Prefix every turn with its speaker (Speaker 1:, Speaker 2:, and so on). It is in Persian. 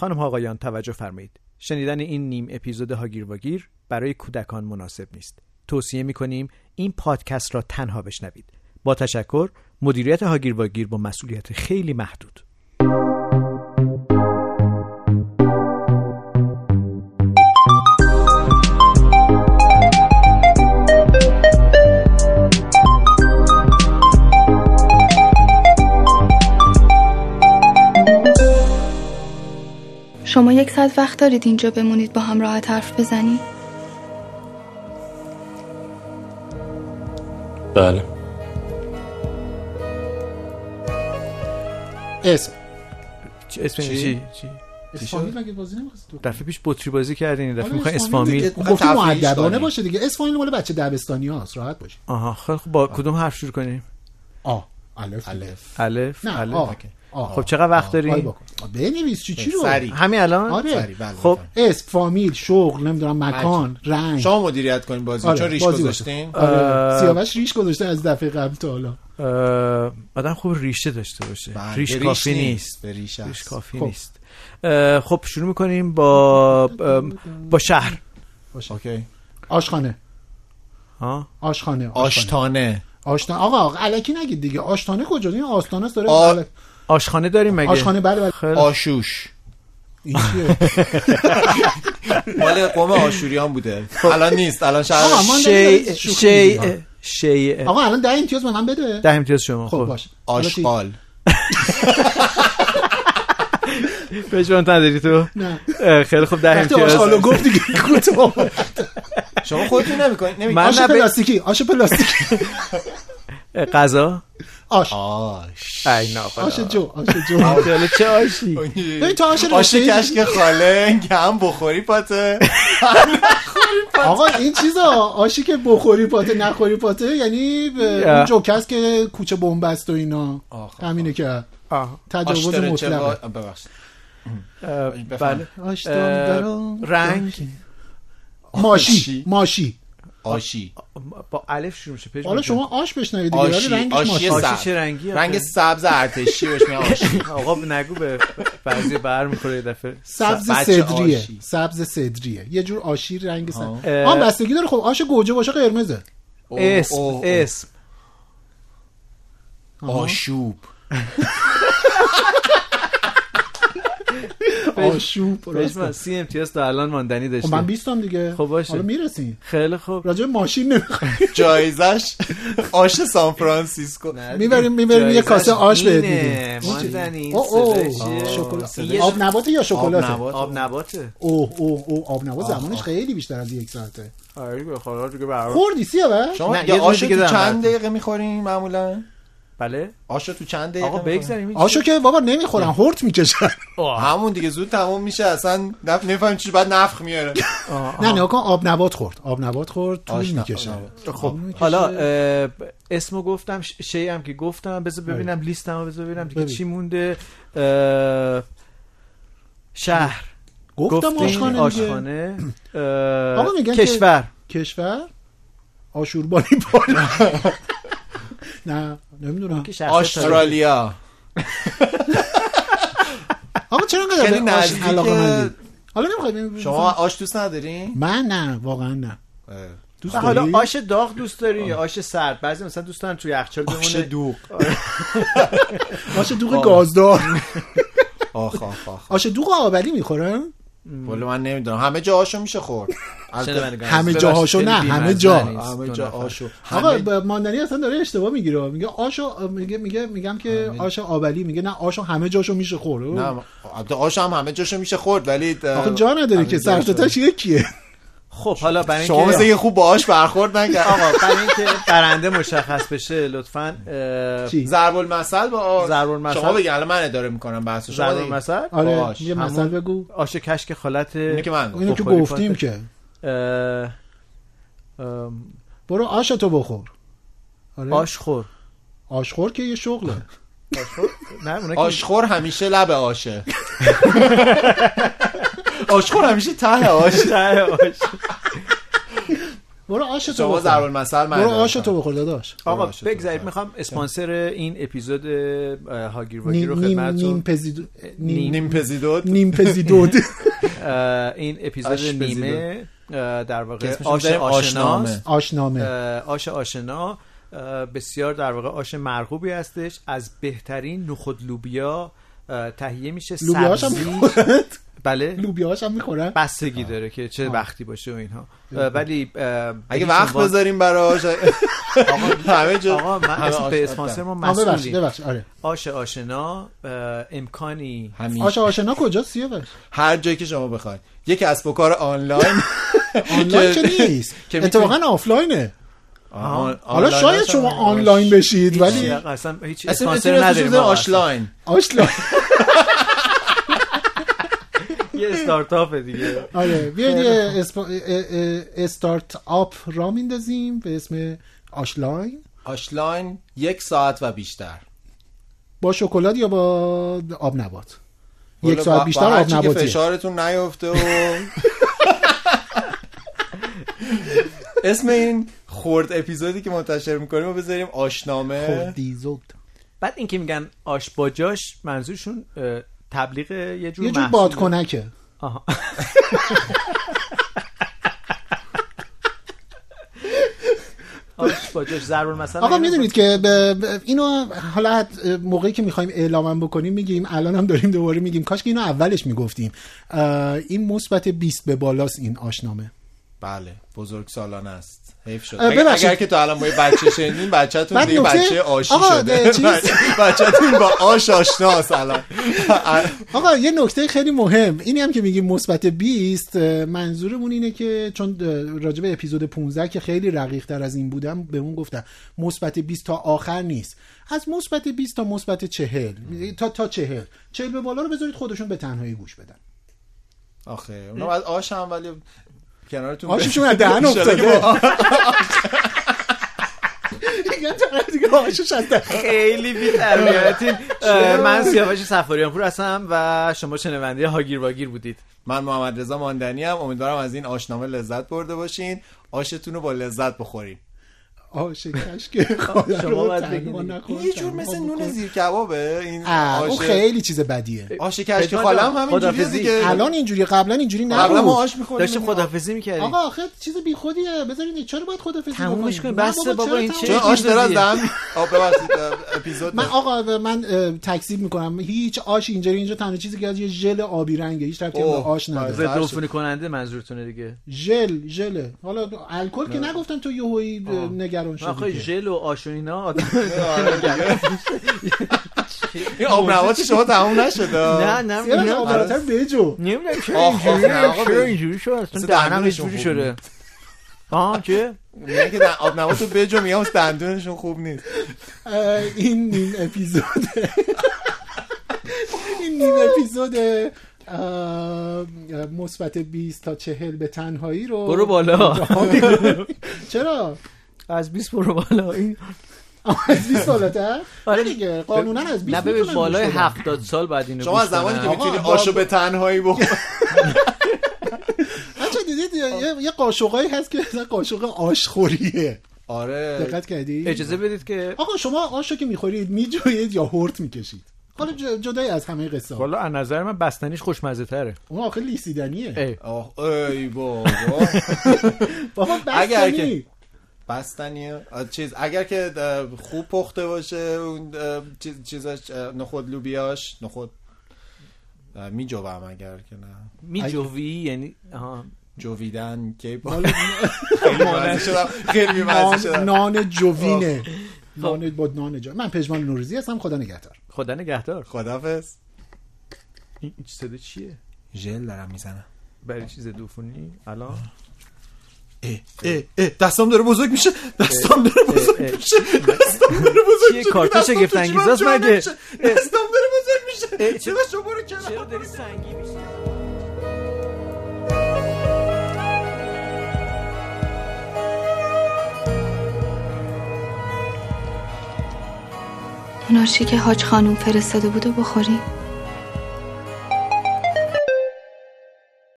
Speaker 1: خانم آقایان توجه فرمایید شنیدن این نیم اپیزود هاگیر واگیر برای کودکان مناسب نیست توصیه می کنیم این پادکست را تنها بشنوید با تشکر مدیریت هاگیر واگیر با مسئولیت خیلی محدود
Speaker 2: شما یک ساعت وقت دارید اینجا بمونید با هم راحت حرف بزنی
Speaker 3: بله
Speaker 4: اسم
Speaker 1: چی اسم
Speaker 4: چی؟
Speaker 1: چی چی
Speaker 4: اسفامیل مگه بازی نمی‌خواستی تو
Speaker 1: دفعه پیش بطری بازی کردین این دفعه
Speaker 4: آره،
Speaker 1: میخوای
Speaker 4: اسفامیل
Speaker 1: اسفامیل
Speaker 4: دیگه. گفتی
Speaker 3: تفریحش
Speaker 4: مؤدبانه
Speaker 3: داری.
Speaker 4: باشه دیگه اسفامیل مال بچه دبستانی هاست راحت باشه
Speaker 1: آها خیلی خب با کدوم حرف شروع کنیم
Speaker 4: آ الف
Speaker 3: الف
Speaker 1: الف
Speaker 4: نه
Speaker 1: الف
Speaker 4: آ آ.
Speaker 1: خب چقدر وقت
Speaker 4: آ.
Speaker 1: داری؟
Speaker 4: آی بکن. آ، بنویس چی چی رو
Speaker 3: سریع.
Speaker 1: همین الان
Speaker 4: آره
Speaker 3: سریع، بله،
Speaker 1: خب
Speaker 3: بفرمایید.
Speaker 4: اسم فامیل شغل نمیدونم مکان رنگ
Speaker 3: شما مدیریت کنین بازی
Speaker 4: آره،
Speaker 3: چون ریش
Speaker 4: بازی
Speaker 3: گذاشتین
Speaker 4: باشه. آره،
Speaker 1: آه.
Speaker 4: سیاوش ریش گذاشته از دفعه قبل تا حالا
Speaker 1: اه، آدم خوب ریشه داشته باشه
Speaker 3: بله،
Speaker 1: ریش
Speaker 3: به
Speaker 1: کافی نیست
Speaker 3: به ریش
Speaker 1: ریش
Speaker 3: هست
Speaker 1: کافی
Speaker 4: خب.
Speaker 1: نیست اه، خب شروع میکنیم با ام، با شهر
Speaker 4: باشه
Speaker 3: اوکی
Speaker 4: آشخانه
Speaker 1: ها
Speaker 4: آشخانه آشخانه
Speaker 3: آشتانه
Speaker 4: آشتانه آقا الکی نگید دیگه آشتانه کجاست این آستانه است داره
Speaker 3: آ-
Speaker 4: الک-
Speaker 1: آشخانه داریم مگه
Speaker 4: آشخانه بله بله
Speaker 1: خیلی
Speaker 3: آشوش
Speaker 4: این چیه
Speaker 3: مال قوم آشوریان بوده
Speaker 1: خب.
Speaker 3: الان نیست الان
Speaker 4: آقا،
Speaker 3: شهر
Speaker 4: ما
Speaker 1: شیء
Speaker 4: نمی‌دونیم شوخی
Speaker 1: شیء
Speaker 4: می‌کنیم.
Speaker 1: شیء
Speaker 4: آقا الان ده امتیاز به من بده
Speaker 1: ده امتیاز شما
Speaker 4: خب
Speaker 1: خب
Speaker 4: باشه حالا چی؟
Speaker 3: آشقال
Speaker 1: پشمان نداری تو
Speaker 4: نه
Speaker 1: اه، خیلی خوب ده
Speaker 4: وقتی آشغالو
Speaker 1: امتیاز
Speaker 4: گفت دیگه کوتاه اومد.
Speaker 3: شما خودتون نمی‌کنید نمی
Speaker 1: من
Speaker 4: آش
Speaker 1: نه به-
Speaker 4: پلاستیکی آش پلاستیکی
Speaker 1: اه، غذا
Speaker 4: آش
Speaker 3: آش
Speaker 1: ای نه خدا.
Speaker 4: آش جو آش جو
Speaker 1: حالا چه آشی
Speaker 4: ببین تا آش
Speaker 3: آش
Speaker 4: رشته ای-
Speaker 3: کشک خاله هم بخوری پاته
Speaker 4: آقا این چیزا آشی که بخوری پاته نخوری پاته یعنی ب-
Speaker 1: اه.
Speaker 4: اون جوک هست که کوچه بنبست و اینا
Speaker 3: آخ،
Speaker 4: همینه که
Speaker 1: آه،
Speaker 3: آش
Speaker 4: تجاوز
Speaker 3: داره چه با-
Speaker 4: مطلق
Speaker 3: ببخشید
Speaker 1: اه،
Speaker 3: بفرمایید.
Speaker 1: بله
Speaker 4: آش
Speaker 1: اه،
Speaker 4: دارم.
Speaker 1: رنگ
Speaker 4: ماشی
Speaker 3: آشی.
Speaker 4: ماشی
Speaker 3: آشی
Speaker 1: با الف شروع میشه پشمان
Speaker 4: حالا شما آش بشنوید دیگه ولی
Speaker 3: آشی
Speaker 4: رنگش
Speaker 3: آشی
Speaker 4: ماشی
Speaker 1: آشی
Speaker 3: سبز
Speaker 1: چه رنگی
Speaker 3: رنگ سبز ارتشی بهش میگن آشی
Speaker 1: آقا نگو به بعضی بر میخوره یه دفعه
Speaker 4: سبز
Speaker 3: بچه
Speaker 4: صدریه
Speaker 3: آشی.
Speaker 4: سبز صدریه یه جور آشی رنگ سبز
Speaker 1: اه.
Speaker 4: آن بستگی داره خب آش گوجه باشه قرمزه
Speaker 3: اوه، اوه،
Speaker 1: اسم
Speaker 3: اوه.
Speaker 1: اسم
Speaker 3: آشوب
Speaker 4: آشوب
Speaker 1: پشمان
Speaker 4: راست.
Speaker 1: سی امتیاز تا الان ماندنی
Speaker 4: خب من
Speaker 1: داشته
Speaker 4: 20 هم دیگه
Speaker 1: خب باشه.
Speaker 4: حالا میرسین
Speaker 1: خیلی خوب
Speaker 4: راجع به ماشین نمیخوایم
Speaker 3: جایزش آش سان فرانسیسکو
Speaker 4: میبریم میبریم یه
Speaker 1: جایزش
Speaker 4: کاسه آش بهت
Speaker 1: اینه.
Speaker 4: میدیم این چیه؟
Speaker 1: ماندنی،
Speaker 4: اوه، اوه.
Speaker 1: صداش
Speaker 4: آه،
Speaker 1: چیه؟
Speaker 4: شکلات.
Speaker 1: صداش-
Speaker 4: آب نباته یا شکلاته
Speaker 3: نبات.
Speaker 1: آب نباته
Speaker 4: اوه اوه اوه آب نبات زمانش خیلی بیشتر از یک ساعته
Speaker 1: آره دیگه، خدا دیگه برام.
Speaker 4: خوردی سیاوش
Speaker 3: شما
Speaker 1: نه،
Speaker 3: یه
Speaker 1: یه دونه
Speaker 3: آش
Speaker 1: دیگه
Speaker 3: تو
Speaker 1: دارم
Speaker 3: چند
Speaker 1: براتون. دقیقه
Speaker 3: دقیقه میخورین معمولا
Speaker 1: بله
Speaker 3: آش تو چند دقیقه
Speaker 1: آقا
Speaker 3: می‌خورین؟
Speaker 1: بگذاریم این
Speaker 4: آشو که بابا نمیخورن هورت میکشن
Speaker 3: همون دیگه زود تموم میشه اصلا نف... نفهم چی بعد نفخ میاره
Speaker 4: نه نگاه کن آب نبات خورد آب نبات خورد طول
Speaker 3: آش نه-
Speaker 4: میکشه
Speaker 3: آب
Speaker 4: خب
Speaker 1: حالا اه، ب- اسمو گفتم ش- شی هم که گفتم بذار ببینم لیستمو بذار ببینم دیگه
Speaker 4: بله. ببین.
Speaker 1: چی مونده اه، شهر
Speaker 4: گفتم
Speaker 1: گفتیم
Speaker 4: آشخانه دیگه.
Speaker 1: آشخانه اه،
Speaker 4: آقا میگن که-
Speaker 1: کشور
Speaker 4: کشور آشوربانی بالا نه نمیدونم
Speaker 1: که شخص تاریخی.
Speaker 3: استرالیا
Speaker 4: آقا چرا
Speaker 1: یعنی
Speaker 4: انقدر
Speaker 3: خیلی
Speaker 4: به آش
Speaker 3: نزدیک-
Speaker 4: علاقه مندی حالا نمیخوایم
Speaker 3: شما آش دوست ندارین
Speaker 4: من نه واقعا نه دوست
Speaker 1: و حالا
Speaker 4: داری؟
Speaker 1: آش داغ دوست دارین یا آش سرد بعضی مثلا دوست دارن توی یخچال
Speaker 3: آش
Speaker 1: بمونه
Speaker 3: دوغ
Speaker 4: آش دوغ گازدار
Speaker 3: آخ آخ آخ
Speaker 4: آش دوغ آبلی میخورم
Speaker 3: والا من نمیدونم همه جا آشو میشه خورد البته-
Speaker 1: شنوندگان.
Speaker 4: همه
Speaker 1: ببخشید،
Speaker 4: جاهاشو
Speaker 1: خیلی
Speaker 4: نه،
Speaker 1: بی‌مزه
Speaker 4: همه جا.
Speaker 1: نیست.
Speaker 3: همه
Speaker 1: دو
Speaker 3: جا
Speaker 1: نفر.
Speaker 3: آشو
Speaker 4: آقا
Speaker 3: همه
Speaker 4: ب- ماندنی اصلا داره اشتباه میگیره میگه آشو میگه میگه میگم که آش آبلی میگه نه آشو همه جاشو میشه خورد
Speaker 3: نه البته آش هم همه جاشو میشه خورد ولی
Speaker 4: آخه جا نداره که سرتاتش یکیه
Speaker 1: خب حالا برای
Speaker 3: شما مثل
Speaker 1: اینکه
Speaker 3: یه خوب با آش برخورد نکرد
Speaker 1: آقا برای اینکه برنده مشخص بشه لطفا اه،
Speaker 4: چی؟
Speaker 3: ضرب المثل با آش
Speaker 1: ضرب المثل.
Speaker 3: شما بگی الان من اداره میکنم بحث شما
Speaker 1: ضرب
Speaker 3: بگی.
Speaker 1: المثل
Speaker 4: آره
Speaker 3: باش. خب،
Speaker 4: یه
Speaker 1: همون-
Speaker 4: مثل بگو
Speaker 1: آش کشک خالت
Speaker 3: اینو که من
Speaker 4: اینو که
Speaker 1: بخوری
Speaker 4: گفتیم
Speaker 1: پاته.
Speaker 4: که
Speaker 1: اه، ام،
Speaker 4: برو آشتو بخور آره آش
Speaker 1: آش خور
Speaker 4: آشخور که یه شغله
Speaker 1: نه اونا که-
Speaker 3: آشخور همیشه لب آشه آشخور همیشه ته آش
Speaker 1: ته آش
Speaker 4: برو آش تو
Speaker 3: شما ضرب
Speaker 4: بخور
Speaker 3: المثل من
Speaker 4: برو آش تو بخور داداش
Speaker 1: آقا
Speaker 3: باشه، درست.
Speaker 1: بگذارید میخوام اسپانسر این اپیزود اه، هاگیر واگیر
Speaker 4: نیم
Speaker 1: رو
Speaker 4: نیم نیم
Speaker 1: خدمتتون
Speaker 4: پزید نیم
Speaker 3: نیم پزیدوت
Speaker 4: نیم پزیدود
Speaker 1: اه، این اپیزود
Speaker 3: آش پزیدو.
Speaker 1: نیمه اه، در واقع
Speaker 3: اسمش
Speaker 1: آش
Speaker 3: میذاریم
Speaker 1: آشناست
Speaker 3: آشنامه.
Speaker 4: آشنامه
Speaker 1: اه، آش آشنا اه، بسیار در واقع آش مرغوبی هستش از بهترین نخود لوبیا اه، تهیه میشه
Speaker 4: لوبیاهاش هم
Speaker 1: سبزی بله
Speaker 4: لوبیاهاش هم میخورن
Speaker 1: بستگی داره که چه وقتی باشه و اینها اه، ولی اه، به
Speaker 3: اگه
Speaker 1: هیچ
Speaker 3: وقت
Speaker 1: عنوان-
Speaker 3: بذاریم براش همه جا
Speaker 1: آقا من
Speaker 3: همه
Speaker 1: اسم-
Speaker 3: آش-
Speaker 1: به اسپانسر ما
Speaker 4: ببخش
Speaker 1: مسئولیم
Speaker 4: ببخش آره
Speaker 1: آش آشنا اه، امکانی
Speaker 3: همین.
Speaker 4: آش آشنا کجا سیاوش
Speaker 3: هر جایی که شما بخواید یک کسب و کار آنلاین
Speaker 4: آنلاین که نیست
Speaker 3: که می‌تونی-
Speaker 4: اتفاقا آفلاینه
Speaker 3: آن-
Speaker 4: حالا
Speaker 3: آنلاین
Speaker 4: شاید
Speaker 3: هست،
Speaker 4: شما
Speaker 3: آش-
Speaker 4: آنلاین بشید ولی
Speaker 1: هیچ- اصلا هیچ
Speaker 3: اصلا
Speaker 1: اسپانسر نداریم آقا اصلا.
Speaker 3: آشلاین
Speaker 4: آشلاین
Speaker 1: یه استارتاپ دیگه
Speaker 4: آره بیاید یه اسپا- اه، اه، اه، استارت آپ را میندازیم به اسم آشلاین
Speaker 3: آشلاین یک ساعت و بیشتر
Speaker 4: با شکلات یا با آب نبات یک
Speaker 3: حالا با-
Speaker 4: ساعت
Speaker 3: با
Speaker 4: بیشتر
Speaker 3: هر
Speaker 4: آب
Speaker 3: چی که
Speaker 4: نباتیه
Speaker 3: فشارتون نیفته و اسم این خورد اپیزودی که منتشر میکنیم و بذاریم آشنامه
Speaker 4: خوردیزود.
Speaker 1: بعد این که میگن آش با جاش منظورشون اه، تبلیغ یه جور
Speaker 4: یه جور
Speaker 1: محصوله.
Speaker 4: بادکنکه
Speaker 1: آها. آش با جاش ضرب مثلا
Speaker 3: آره،
Speaker 4: آقا میدونید که به- به- اینو حالا حت- موقعی که میخوایم اعلامم بکنیم میگیم الان هم داریم دوباره میگیم کاش که اینو اولش میگفتیم اه، این مثبت 20 به بالاست این آشنامه
Speaker 3: بله بزرگ سالانه است حیف شد
Speaker 4: اه،
Speaker 3: اگر,
Speaker 4: ببخشید.
Speaker 3: اگر که تا الان با یه بچه شنیدین بچه‌تون
Speaker 4: بعد
Speaker 3: دیگه
Speaker 4: نکته-
Speaker 3: بچه آشی
Speaker 4: آقا، ده،
Speaker 3: شده
Speaker 4: چیز-
Speaker 3: بچه‌تون با آش آشناست الان
Speaker 4: آقا یه نکته خیلی مهم اینی هم که میگیم مثبت 20 اه، منظورمون اینه که چون اه، راجع به اپیزود 15 که خیلی رقیق تر از این بودم به اون گفتم مثبت 20 تا آخر نیست از مثبت 20 تا مثبت 40 تا تا 40 40 به بالا رو بذارید خودشون به تنهایی گوش بدن
Speaker 3: آخه اونا بعد آش هم ولی کنارتون
Speaker 4: آششون از دهن
Speaker 3: انشالله که
Speaker 4: افتاده
Speaker 3: با-
Speaker 4: میگن طرف دیگه آشش از دهن
Speaker 1: خیلی بی‌تربیتین من سیاوش سفاریان پور هستم و شما شنونده هاگیر واگیر بودید
Speaker 3: من محمد رضا ماندنی ام امیدوارم از این آشنامه لذت برده باشین آشتون رو با لذت بخورین
Speaker 4: آشکش که خدا
Speaker 1: شما
Speaker 4: رو
Speaker 1: باید
Speaker 4: تنها
Speaker 1: بگید.
Speaker 4: نکن
Speaker 3: این یه جور
Speaker 4: تنها
Speaker 3: مثل
Speaker 4: بکن.
Speaker 3: نون زیر کبابه این
Speaker 4: اه، اون
Speaker 3: آش
Speaker 4: خیلی چیز بدیه
Speaker 3: آش کشک
Speaker 1: پدرام
Speaker 3: خالم
Speaker 1: جان،
Speaker 3: همین جوریه
Speaker 1: خداحافظی.
Speaker 3: دیگه
Speaker 4: الان اینجوری قبلا اینجوری
Speaker 3: قبلا
Speaker 4: نبود
Speaker 3: ما آش می‌خوردیم
Speaker 1: داشتیم
Speaker 3: این آش-
Speaker 1: خدافزی میکردیم
Speaker 4: آقا آخه چیز بیخودیه بذارین چرا باید خدافظی
Speaker 1: تمومش
Speaker 4: بکنیم؟
Speaker 1: کنیم.
Speaker 4: نه
Speaker 1: بسه بابا،
Speaker 4: چرا
Speaker 1: این
Speaker 4: تموم-
Speaker 1: چه-
Speaker 3: چون آش
Speaker 1: چیز
Speaker 3: داره از
Speaker 1: دیگه.
Speaker 3: دهن آب ببخشید اپیزود
Speaker 4: من آقا من اه، تکذیب میکنم هیچ آش اینجوری اینجا تنها چیزی که از یه ژل آبی رنگه هیچ ربطی هم به
Speaker 3: اوه،
Speaker 4: آش نداره
Speaker 3: بازه.
Speaker 1: ضد عفونی کننده منظورتونه دیگه
Speaker 4: ژل ژله حالا الکل که نگفتن تو یهویی اه، نگران
Speaker 1: بله. آخه
Speaker 4: شدی که.
Speaker 1: ژل و آش و اینا آدم آره،
Speaker 3: این آب نبات شما تموم نشده
Speaker 1: نه نه
Speaker 4: یه لحظه
Speaker 1: اینا-
Speaker 4: آبراتر بجو
Speaker 1: نمیدونم چرا
Speaker 3: آه، آه،
Speaker 1: اینجوری
Speaker 3: نه، آقا،
Speaker 1: چرا
Speaker 3: ببین.
Speaker 1: اینجوری شد اصلا
Speaker 3: مثل
Speaker 1: دهنم
Speaker 3: دهنشون
Speaker 1: اینجوری
Speaker 3: خوب
Speaker 1: شده آه چه
Speaker 3: میگن که در آب نبات رو بجو میگم دندونشون خوب نیست
Speaker 4: اه، این نیم اپیزود این نیم اپیزود اه، مثبت 20 تا 40 به تنهایی رو
Speaker 1: برو بالا
Speaker 4: چرا
Speaker 1: از 20 برو بالا این
Speaker 4: از 20 بالاتر
Speaker 1: آره.
Speaker 4: آره دیگه قانونا از 20
Speaker 1: نه ببین
Speaker 4: میتونن
Speaker 1: بالای
Speaker 4: گوش بدن.
Speaker 1: 70 سال بعد اینو
Speaker 3: شما
Speaker 1: گوش
Speaker 3: از زمانی
Speaker 1: کنن.
Speaker 3: که
Speaker 4: آقا،
Speaker 3: میتونی
Speaker 4: با-
Speaker 3: آشو به تنهایی بخور
Speaker 4: بچه دیدید یه, یه قاشقایی هست که مثلا قاشق آشخوریه
Speaker 3: آره
Speaker 4: دقت کردی
Speaker 1: اجازه بدید که
Speaker 4: آقا شما آش رو که میخورید میجوید یا هورت میکشید حالا ج- جدای از همه قصه ها.
Speaker 1: بالا از نظر من بستنیش خوشمزه تره
Speaker 4: اون آخه لیسیدنیه
Speaker 3: آه ای بابا
Speaker 4: بابا
Speaker 3: اگر
Speaker 4: بستنی
Speaker 3: که- بستنی آه، چیز اگر که اه، خوب پخته باشه اون اه، چیز- چیزاش اه، نخود لوبیاش نخود می جوم اگر که نه
Speaker 1: می جوی یعنی آها.
Speaker 3: جویدن کی با خیلی مزه شدم خیلی
Speaker 4: نان,
Speaker 3: مزه شدم
Speaker 4: نان جوینه
Speaker 1: خب.
Speaker 4: نان با نان جو من پژمان نوروزی هستم خدا نگهدار
Speaker 1: خدا نگهدار
Speaker 3: خدافظ
Speaker 1: این صدا چیه
Speaker 3: ژل دارم میزنم
Speaker 1: برای چیز دوفونی الان
Speaker 3: اه اه اه دستام داره بزرگ میشه دستام داره بزرگ
Speaker 1: اه.
Speaker 3: میشه دستام داره بزرگ
Speaker 1: چیه؟
Speaker 3: میشه
Speaker 1: کارتون
Speaker 3: دستام تو
Speaker 1: شگفت
Speaker 3: جیبم
Speaker 1: انگیز است
Speaker 3: جا
Speaker 1: مگه؟
Speaker 3: نمیشه. دستام داره بزرگ
Speaker 1: اه،
Speaker 3: میشه
Speaker 1: چه-
Speaker 3: چرا شما رو کنار
Speaker 1: چرا داری سنگی میشه
Speaker 2: اون آشی که حاج خانم فرستاده بود و بخوریم